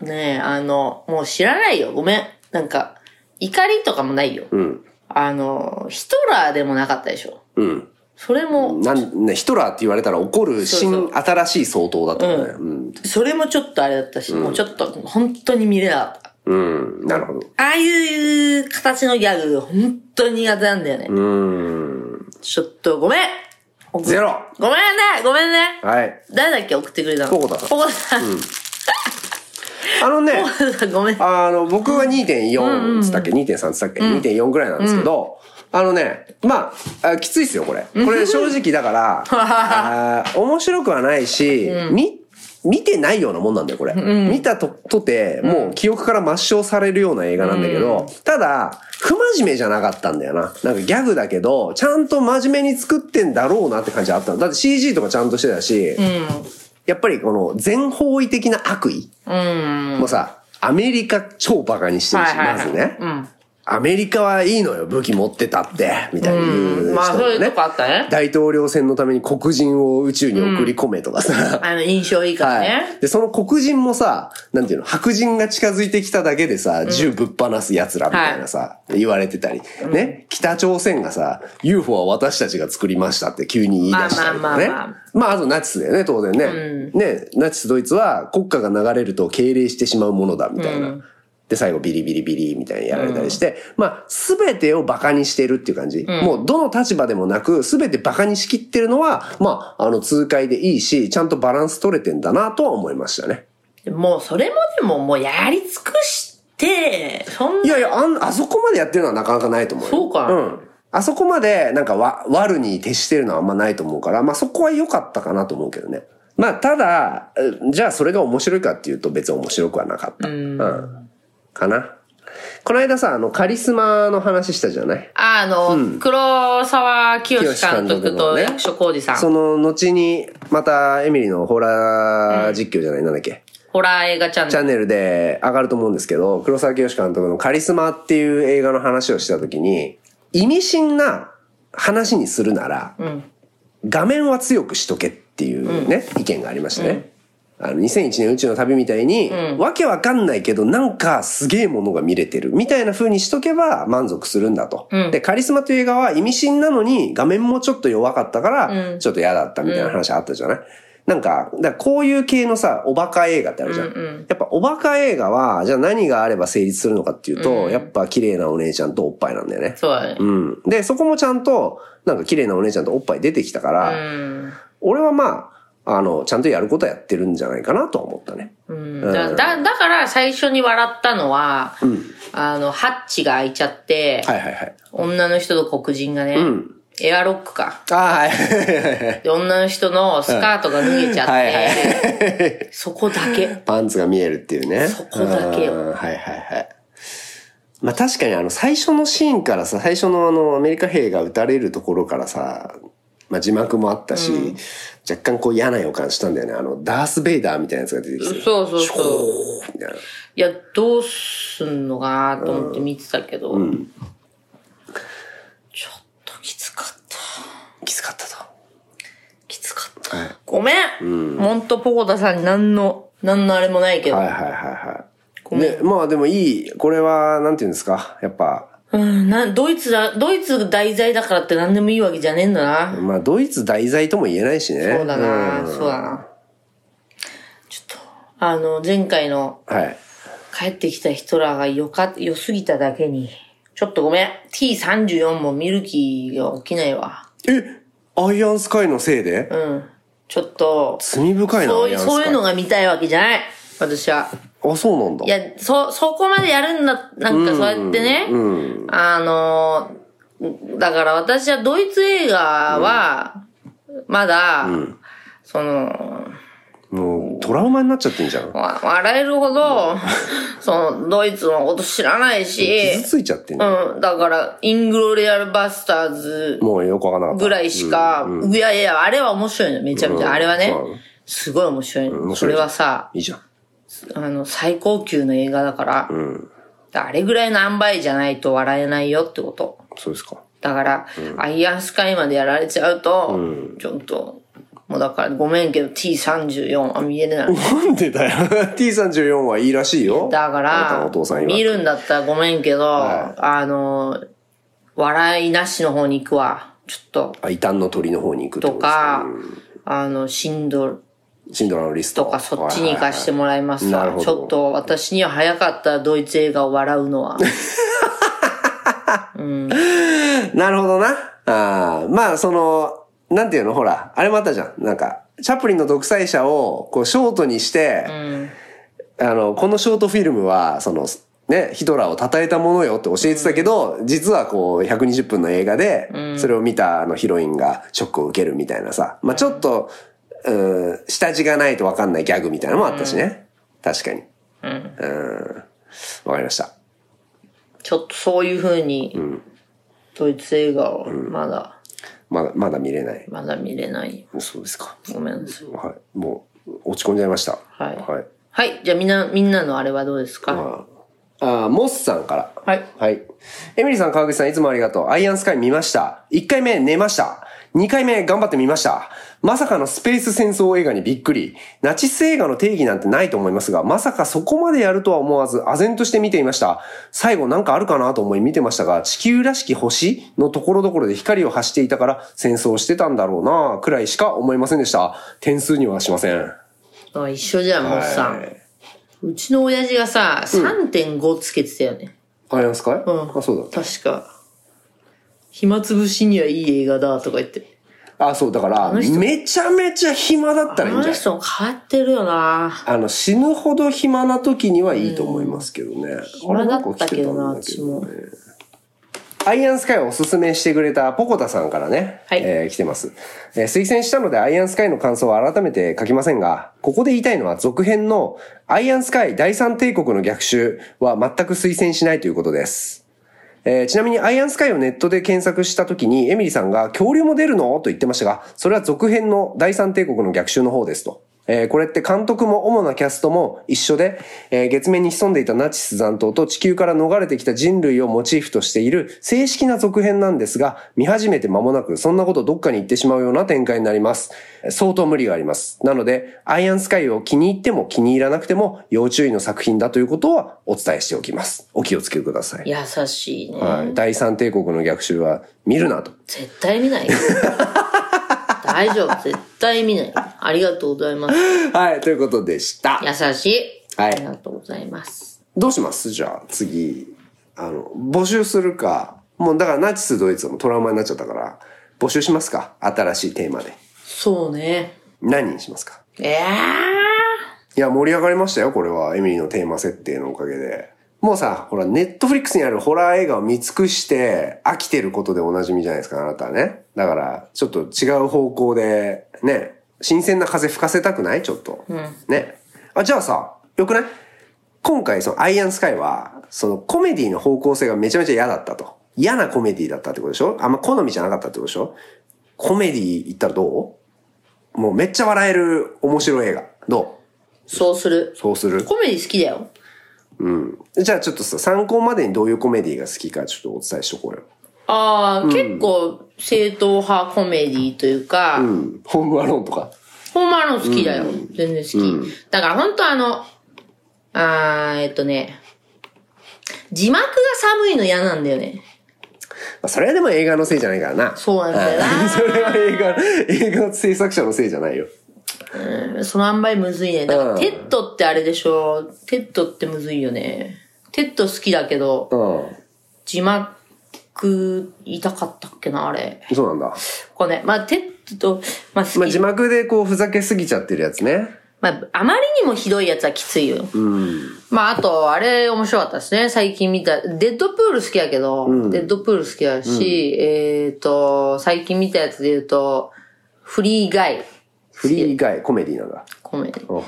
S2: ねえ、あの、もう知らないよ。ごめん。なんか、怒りとかもないよ。
S3: うん。
S2: あの、ヒトラーでもなかったでしょ。
S3: うん。
S2: それも、
S3: なんね、ヒトラーって言われたら怒る新
S2: そう
S3: 新しい総統だったね、うん
S2: それもちょっとあれだったし、もうちょっと、本当に見れなかった。
S3: うんなるほど
S2: ああいう形のギャグ、本当に苦手なんだよね。
S3: うん
S2: ちょっと、ごめん
S3: ゼロ
S2: ごめんねごめんね
S3: はい
S2: 誰だっけ送ってくれたの
S3: ポコタさん
S2: ポコタさん。
S3: あのね
S2: ポコタさんごめん。
S3: あの、僕は2.4っつったっけ ?2.3 っつったっけ ?2.4 ぐらいなんですけど、あのね、まあ、あきついっすよ、これ。これ正直だ から、あー面白くはないし、み、見てないようなもんなんだよ、これ。見たと、とて、もう記憶から抹消されるような映画なんだけど、ただ、不真面目じゃなかったんだよな。なんかギャグだけど、ちゃんと真面目に作ってんだろうなって感じあったの。だって CG とかちゃんとしてたし、やっぱりこの全方位的な悪意。もうさ、アメリカ超バカにしてるし、
S2: はいはいはい
S3: まずね、アメリカはいいのよ、武器持ってたって、みたいに言う人
S2: まあ、そう
S3: も
S2: いう
S3: ね
S2: とこ。あったね。
S3: 大統領選のために黒人を宇宙に送り込めとかさ。
S2: あの、印象いいからね。
S3: はい。で、その黒人もさ、なんていうの、白人が近づいてきただけでさ、銃ぶっ放す奴らみたいなさ、言われてたり、ね、北朝鮮がさ、UFO は私たちが作りましたって急に言い出したりとかね。
S2: まあまあまあま
S3: まあ、あとナチスだよね、当然ね。ね、ナチスドイツは国家が流れると敬礼してしまうものだ、みたいな。で、最後ビリビリビリみたいにやられたりして、まあ、すべてをバカにしてるっていう感じ。もう、どの立場でもなく、すべてバカにしきってるのは、まあ、あの、痛快でいいし、ちゃんとバランス取れてんだなとは思いましたね。
S2: もうそれもでももうやり尽くして、そん
S3: い
S2: な、
S3: やいや、あんあそこまでやってるのはなかなかないと思うよ。
S2: そうか
S3: うん。あそこまで、なんか、わ、悪に徹してるのはあんまないと思うから、まあそこは良かったかなと思うけどね。まあ、ただ、えじゃあそれが面白いかっていうと別に面白くはなかった。うん。かな。この間さ、あの、カリスマの話したじゃない
S2: あの、黒沢清監督と
S3: 清監督のね
S2: 役所広司さ
S3: そ
S2: ん、
S3: の、後に、また、エミリーのホラー実況じゃない、なんだっけ
S2: ホラー映画チャンネ
S3: チ
S2: ル。
S3: ャンネルで上がると思うんですけど、黒沢清監督のカリスマっていう映画の話をしたときに、意味深な話にするなら、画面は強くしとけっていうね、意見がありましたね。あの、2001年宇宙の旅みたいに、わけわかんないけど、なんかすげえものが見れてる、みたいな風にしとけば満足するんだと。で、カリスマという映画は意味深なのに、画面もちょっと弱かったから、ちょっと嫌だったみたいな話あったじゃない、なんか、だからこういう系のさ、おバカ映画ってあるじゃん。やっぱおバカ映画は、じゃあ何があれば成立するのかっていうと、やっぱ綺麗なお姉ちゃんとおっぱいなんだよね。
S2: そうだね。
S3: うん。で、そこもちゃんと、なんか綺麗なお姉ちゃんとおっぱい出てきたから、俺はまあ、あの、ちゃんとやることはやってるんじゃないかなとは思ったね。
S2: うんだだだから最初に笑ったのは、あの、ハッチが開いちゃって、
S3: はいはいはい。
S2: 女の人と黒人がね、エアロックか。
S3: ああ、はいはいはい。
S2: で、女の人のスカートが脱げちゃって、
S3: はいは
S2: そこだ け。
S3: パンツが見えるっていうね。
S2: そこだけよ
S3: うんはいはいはい。まあ確かにあの最初のシーンからさ、最初のあのアメリカ兵が撃たれるところからさ、まあ字幕もあったし、若干こう嫌な予感したんだよね。あの、ダース・ベイダーみたいなやつが出てきて。
S2: そうそうそう。
S3: おーみたいな。
S2: いや、どうすんのかなと思って見てたけど、ちょっときつかった。
S3: きつかったと。
S2: きつかった。
S3: はい。
S2: ごめん、ほんとポコタさんに何の、何のあれもないけど。
S3: はいはいはいはい。
S2: ごめん
S3: ね、まあでもいい、これは、なんていうんですか、やっぱ、
S2: うん、な、ドイツだ、ドイツ題材だからって何でもいいわけじゃねえんだな。
S3: まあドイツ題材とも言えないしね。
S2: そうだな、
S3: ん
S2: そうだな。ちょっと、あの、前回の
S3: はい。
S2: 帰ってきたヒトラーがよか、良すぎただけに、ちょっとごめん、T34 も見る気が起きないわ。
S3: えアイアンスカイのせいで、
S2: うん。ちょっと、
S3: 罪深いな、
S2: そ
S3: ア
S2: うい
S3: イ
S2: う、
S3: アンス
S2: そう
S3: カ
S2: いう
S3: イ
S2: の。が見たいわけじゃない。私は。
S3: あ、そうなんだ。
S2: いや、そ、そこまでやるんだ、なんかそうやってね。あのー、だから私はドイツ映画は、まだ、その、
S3: もう、トラウマになっちゃってんじゃん。
S2: わ笑えるほど、その、ドイツのこと知らない
S3: 傷
S2: し、
S3: ついちゃってんじゃん。
S2: うん、だから、イングロリアルバスターズ
S3: もうよくわからなかった。
S2: ぐらいしか、いやいや、あれは面白いの、めちゃめちゃ。
S3: うん
S2: あれはね
S3: そう、
S2: すごい面白いの。
S3: 面白い
S2: それはさ、
S3: いいじゃん。
S2: あの、最高級の映画だから、あれぐらいの塩梅じゃないと笑えないよってこと。
S3: そうですか。
S2: だから、アイアンスカイまでやられちゃうと、ちょっと、もうだからごめんけど T34 は見えない。
S3: なんでだよ。T34 はいいらしいよ。
S2: だか
S3: あなたの
S2: ら
S3: お父さん、
S2: 見
S3: 今。
S2: るんだったらごめんけど、
S3: は
S2: あの、笑いなしの方に行くわ。ちょっと、
S3: あ異端の鳥の方に行くって
S2: と
S3: ことです
S2: か
S3: ね、
S2: あの、シンド
S3: シンドラのリスト
S2: とかそっちに行かしてもらいます
S3: はいはい
S2: わ
S3: はいなるほ
S2: ち
S3: ど
S2: ょっと私には早かったドイツ映画を笑うのは。
S3: なるほどな。あーまあ、その、なんていうのほら、あれもあったじゃん。なんか、チャップリンの独裁者を、こう、ショートにして、あの、このショートフィルムは、その、ね、ヒトラーを称えたものよって教えてたけど、実はこう、120分の映画で、それを見たあのヒロインがショックを受けるみたいなさ、まあちょっと、うん、下地がないとわかんないギャグみたいなのもあったしね。確かに。うん。わかりました。
S2: ちょっとそういう風に、ドイツ映画をまだ、
S3: まだ、まだ見れない。
S2: まだ見れない。
S3: そうですか。
S2: ごめんなさい。
S3: はい。もう、落ち込んじゃいました。
S2: はい
S3: はい。
S2: はい、じゃあみんな、みんなのあれはどうですか、
S3: まあ、あーモスさんから。
S2: はい。
S3: はい。エミリーさん、川口さん、いつもありがとう。アイアンスカイ見ました。1回目寝ました。2回目頑張ってみました。まさかのスペース戦争映画にびっくり。ナチス映画の定義なんてないと思いますが、まさかそこまでやるとは思わず、唖然として見ていました。最後なんかあるかなと思い見てましたが、地球らしき星のところどころで光を発していたから戦争してたんだろうなくらいしか思いませんでした。点数にはしません。
S2: あ一緒じゃん、モスさ
S3: は
S2: ん
S3: い。
S2: うちの親父がさ、3.5つけてたよね。
S3: アイアンスカイ
S2: うん
S3: あ、そうだ。
S2: 確か。暇つぶしにはいい映画だとか言って。
S3: あ、そう、だから、
S2: の人
S3: めちゃめちゃ暇だった
S2: あ
S3: らいいんじゃ
S2: の
S3: ない
S2: 人も変わってるよな
S3: あの、死ぬほど暇な時にはいいと思いますけどね。
S2: 暇だったけど
S3: あ
S2: な、
S3: れんか来
S2: 私
S3: てたん
S2: も。
S3: だアイアンスカイをおすすめしてくれたポコタさんからね、
S2: はい
S3: えー来てます、えー推薦したのでアイアンスカイの感想は改めて書きませんが、ここで言いたいのは続編のアイアンスカイ第三帝国の逆襲は全く推薦しないということです。えーちなみにアイアンスカイをネットで検索した時にエミリさんが恐竜も出るのと言ってましたが、それは続編の第三帝国の逆襲の方ですと。えーこれって監督も主なキャストも一緒で、えー月面に潜んでいたナチス残党と地球から逃れてきた人類をモチーフとしている正式な続編なんですが、見始めて間もなくそんなことどっかに行ってしまうような展開になります。えー相当無理があります。なので、アイアンスカイを気に入っても気に入らなくても要注意の作品だということはお伝えしておきます。お気をつけください。
S2: 優しいね。
S3: はい、第三帝国の逆襲は見るなと。
S2: 絶対見ないよ。大丈夫、絶対見ない。ありがとうございます。
S3: はい、ということでした。
S2: 優しい。
S3: はい
S2: ありがとうございます。
S3: どうしますじゃあ次、あの、募集するか、もうだからナチスドイツはもうトラウマになっちゃったから、募集しますか新しいテーマで。
S2: そうね。
S3: 何にしますか
S2: ええ
S3: いや、盛り上がりましたよ、これは。エミリーのテーマ設定のおかげで。もうさ、ほら、ネットフリックスにあるホラー映画を見尽くして飽きてることでおなじみじゃないですか、あなたはね。だから、ちょっと違う方向で、ね、新鮮な風吹かせたくないちょっと。ね。あ、じゃあさ、よくない今回、その、アイアンスカイは、その、コメディの方向性がめちゃめちゃ嫌だったと。嫌なコメディだったってことでしょあんま好みじゃなかったってことでしょコメディ行ったらどうもうめっちゃ笑える面白い映画。どう
S2: そうする。
S3: そうする。
S2: コメディ好きだよ。
S3: じゃあちょっとさ、参考までにどういうコメディが好きかちょっとお伝えしとこうよ。
S2: ああ、結構正統派コメディというか、
S3: うん。ホームアローンとか。
S2: ホームアローン好きだよ。全然好き。だから本当あの、あー、えっとね、字幕が寒いの嫌なんだよね。
S3: まあ、それはでも映画のせいじゃないからな。
S2: そうなんだよ
S3: うんそれは映画、映画の制作者のせいじゃないよ。
S2: な。そのあんばいむずいね。だから
S3: うん
S2: テッドってあれでしょ。テッドってむずいよね。テッド好きだけど、
S3: う
S2: 字幕痛かったっけな、あれ。
S3: ん。そうなんだ。
S2: これね、まあテッド、まあ好き。
S3: まあ、字幕でこう、ふざけすぎちゃってるやつね。
S2: まあ、あまりにもひどいやつはきついよ。まあ、あと、あれ面白かったですね。最近見た、デッドプール好きやけど、デッドプール好きやし、えっ、と、最近見たやつで言うと、フリーガイ、
S3: フリー以外コメディなんだ。
S2: コメディ
S3: うんうん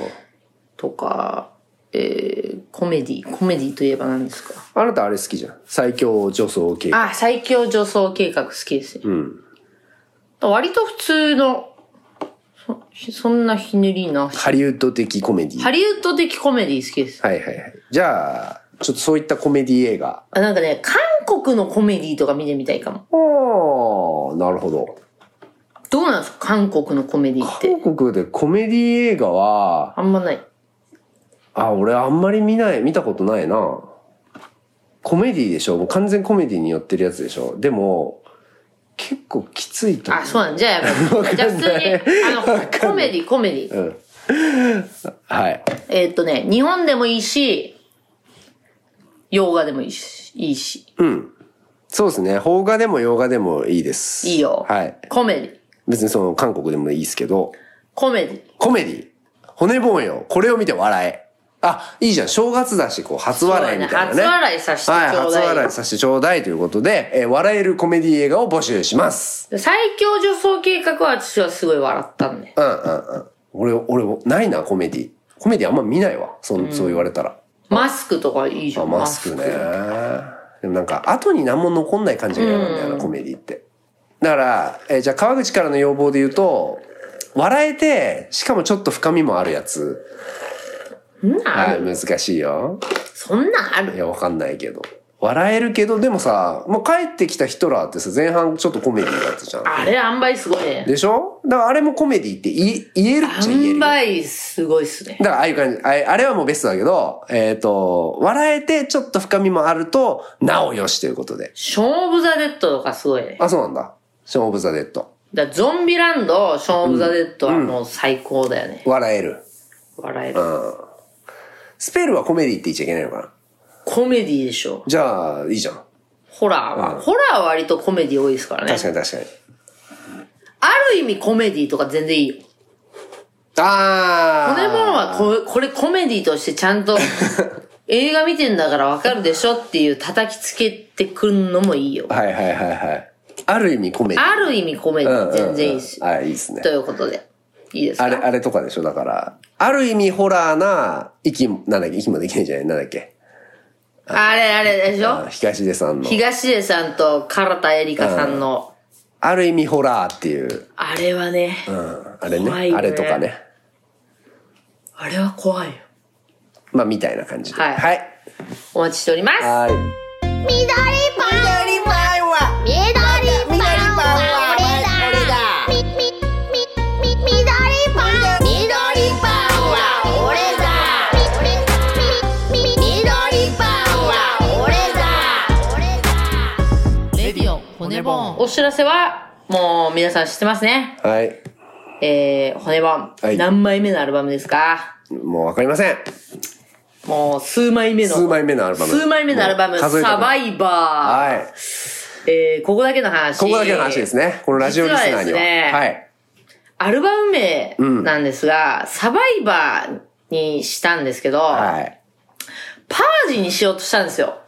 S2: とか、えー、コメディ、コメディといえば何ですか
S3: あなたあれ好きじゃん。最強女装系。
S2: あ、最強女装計画好きですね。割と普通の、そそんなひねりなし、
S3: ハリウッド的コメディ。
S2: ハリウッド的コメディ好きです。
S3: はいはいはい。じゃあ、ちょっとそういったコメディ映画。
S2: あなんかね、韓国のコメディとか見てみたいかも。
S3: おー、なるほど。
S2: どうなんですか韓国のコメディって。
S3: 韓国でコメディ映画は、
S2: あんまない。
S3: あ、俺あんまり見ない、見たことないな。コメディでしょもう完全コメディに寄ってるやつでしょでも、結構きついと思う
S2: あ、そうなんじゃあやっぱ
S3: わかんな
S2: り。
S3: い
S2: じゃあ普通に、あの、
S3: わかんない
S2: コメディ、コメディ。
S3: はい
S2: えーっとね、日本でもいいし、洋画でもいいし、いいし、
S3: そうですね邦画でも洋画でもいいです
S2: いいよ。
S3: はい
S2: コメディ、
S3: 別にその韓国でもいいですけど
S2: コメディ。
S3: コメディ骨盆よこれを見て笑えあいいじゃん正月だしこう初笑いみたいなね
S2: そうだね初笑いさせてちょうだい
S3: はい、初笑いさせてちょうだいということで、えー笑えるコメディ映画を募集します
S2: 最強女装計画は私はすごい笑ったんで。
S3: うんうんうん俺俺ないなコメディコメディあんま見ないわそ,、うそう言われたら
S2: マスクとかいいじゃ
S3: あ
S2: ん。
S3: マスクね。でもなんか、後に何も残んない感じが嫌なんだよな、コメディって。だから、えーじゃあ川口からの要望で言うと、笑えて、しかもちょっと深みもあるやつ。
S2: そんなんあ
S3: はい、
S2: る
S3: 難しいよ。
S2: そんなんあ
S3: い
S2: る
S3: や、わかんないけど。笑えるけど、でもさ、もう帰ってきたヒトラーってさ、前半ちょっとコメディだったじゃん。
S2: あれ、塩梅すごいね。
S3: でしょだからあれもコメディって言い言えるっちゃ言える
S2: 塩
S3: よ。
S2: 梅すごいっすね。
S3: だからああいう感じ、あれあれはもうベストだけど、えっ、と、笑えてちょっと深みもあると、なおよしということで。
S2: ショーン・オブ・ザ・デッドとかすごいね。
S3: あ、そうなんだ。ショーン・オブ・ザ・デッド。
S2: だからゾンビランド、ショーン・オブ・ザ・デッドはもう最高だよね。
S3: 笑える。
S2: 笑える。
S3: スペルはコメディって言っちゃいけないのかな。
S2: コメディでしょ。
S3: じゃあ、いいじゃん。
S2: ホラーは。
S3: うん
S2: ホラーは割とコメディ多いですからね。
S3: 確かに確かに。
S2: ある意味コメディとか全然いいよ。
S3: あー。
S2: 骨盤はここれコメディとしてちゃ んと映画見てんだからわかるでしょっていう叩きつけてくんのもいいよ。
S3: はいはいはいはい。ある意味コメディ。
S2: ある意味コメデ
S3: うんうん
S2: ィ
S3: う
S2: 全
S3: ん
S2: 然いいっすよ。
S3: あ、いいですね
S2: と。いうことで。いいですか
S3: あれ、あれとかでしょだから、ある意味ホラーな、息も、なんだっけ、息もできないじゃないなんだっけ。
S2: あれあれでし
S3: あ
S2: ょ
S3: 東出さんの。
S2: 東出さんと唐田絵里香さんの、
S3: ある意味ホラーっていう。
S2: あれはね、
S3: うん。あれね。
S2: 怖いよね
S3: あれとかね。
S2: あれは怖いよ。
S3: まあ、みたいな感じで。
S2: はい
S3: はい。
S2: お待ちしております。
S3: はい。
S4: 緑パンは緑パンは俺だみみみみ緑パン緑パンは俺だみみみみ緑パンは俺だ俺だ
S1: レディオ骨ボーン
S2: お知らせは、もう皆さん知ってますね。
S3: はい。
S2: えー、骨盤、
S3: はい
S2: 何枚目のアルバムですか
S3: もうわかりません。
S2: もう数枚目の。
S3: 数枚目のアルバム。
S2: 数枚目のアルバム、
S3: もう数えた
S2: サ
S3: くな
S2: バ
S3: い
S2: イバー。
S3: はい。
S2: えー、ここだけの話。
S3: ここだけの話ですね。このラジオリスナーに
S2: 実
S3: は。
S2: はですね
S3: はい。
S2: アルバム名なんですが、サバイバーにしたんですけど、
S3: はい。
S2: パージにしようとしたんですよ。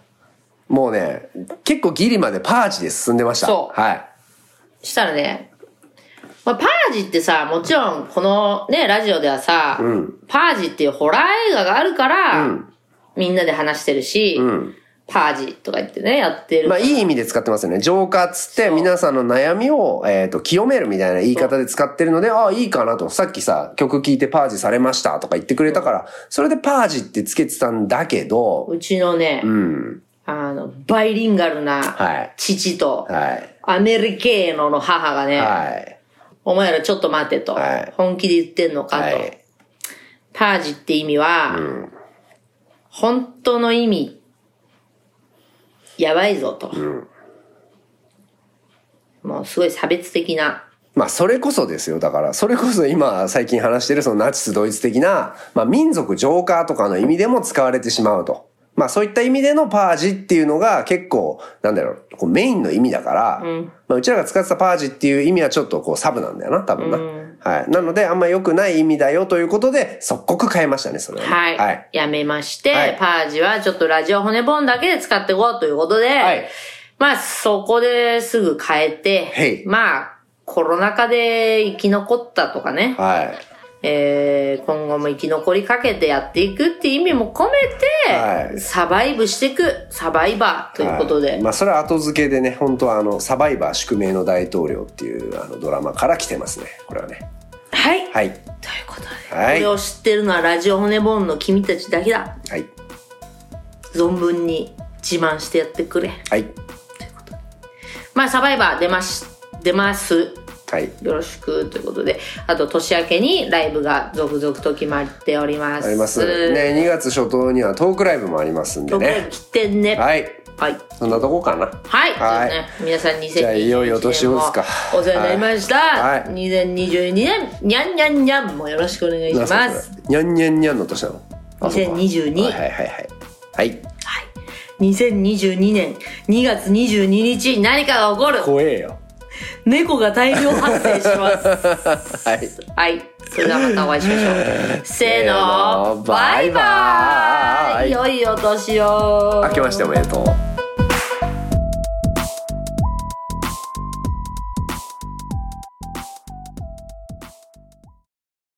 S3: もうね、結構ギリまでパーチで進んでました。
S2: そう
S3: はい。
S2: したらね、まあ、パージってさ、もちろんこのね、ラジオではさ、パージっていうホラー映画があるから、みんなで話してるし、パージとか言ってね、やってる。
S3: まあ、いい意味で使ってますよね。浄化っつって、皆さんの悩みを、えっ、と、清めるみたいな言い方で使ってるので、ああ、いいかなと。さっきさ、曲聴いてパージされましたとか言ってくれたから、それでパージってつけてたんだけど、
S2: うちのね、
S3: うん。
S2: あの、バイリンガル
S3: は
S2: ない父と、
S3: はい。
S2: アメリケーノの母がね、
S3: はい。
S2: お前らちょっと待てと、
S3: はい
S2: 本気で言ってんのかと。
S3: はい。
S2: パージって意味は、本当の意味、やばいぞと。もうすごい差別的な。
S3: まあ、それこそですよ。だから、それこそ今、最近話してる、そのナチス・ドイツ的な、まあ、民族浄化とかの意味でも使われてしまうと。まあ、そういった意味でのパージっていうのが結構、なんだろう、こうメインの意味だから、まあ、うちらが使ってたパージっていう意味はちょっとこうサブなんだよな、多分な。はい。なので、あんま良くない意味だよということで、即刻変えましたね、それはね、
S2: はい。
S3: はい。
S2: やめまして、
S3: はい
S2: パージはちょっとラジオ骨本だけで使っていこうということで、
S3: はい
S2: まあそこですぐ変え
S3: へ
S2: て
S3: い、
S2: まあコロナ禍で生き残ったとかね、
S3: はい。
S2: えー今後も生き残りかけてやっていくっていう意味も込めて、
S3: はい
S2: サバイブしていく、サバイバーということで、
S3: はいまあ、それは後付けでね、本当はあの、サバイバー宿命の大統領っていうあのドラマから来てますね、これはね。
S2: はい。という
S3: はい。
S2: ことで、
S3: はい
S2: これを知ってるのはラジオ骨ボーンの君たちだけだ。
S3: はい。
S2: 存分に自慢してやってくれ。
S3: はい。
S2: まあ、サバイバー出ます、出ます。
S3: はい。
S2: よろしくということで、あと年明けにライブが続々と決まっております。
S3: あります。ね、2月初頭にはトークライブもありますんで
S2: 特に
S3: ね。
S2: 来てね。
S3: はい。
S2: はい
S3: そんなとこかな
S2: はい、
S3: はい
S2: そうですね、皆さん2021年
S3: じゃあいよいよ年をですか
S2: もお世話になりました、
S3: はいはい
S2: 2022年にゃんにゃんにゃんもよろしくお願いし
S3: な
S2: ま
S3: んす
S2: す
S3: かそれにゃんにゃんにゃんの年なのあそうか
S2: 2022
S3: はいはいはいはいはい
S2: 2022年2月22日何かが起こる
S3: 怖えよ
S2: 猫が大量発生します
S3: はい
S2: はいそれではまたお会いしま しょうせーのバイバーイ
S3: バイバーイ
S2: 良いお年を
S3: 明けましておめでとう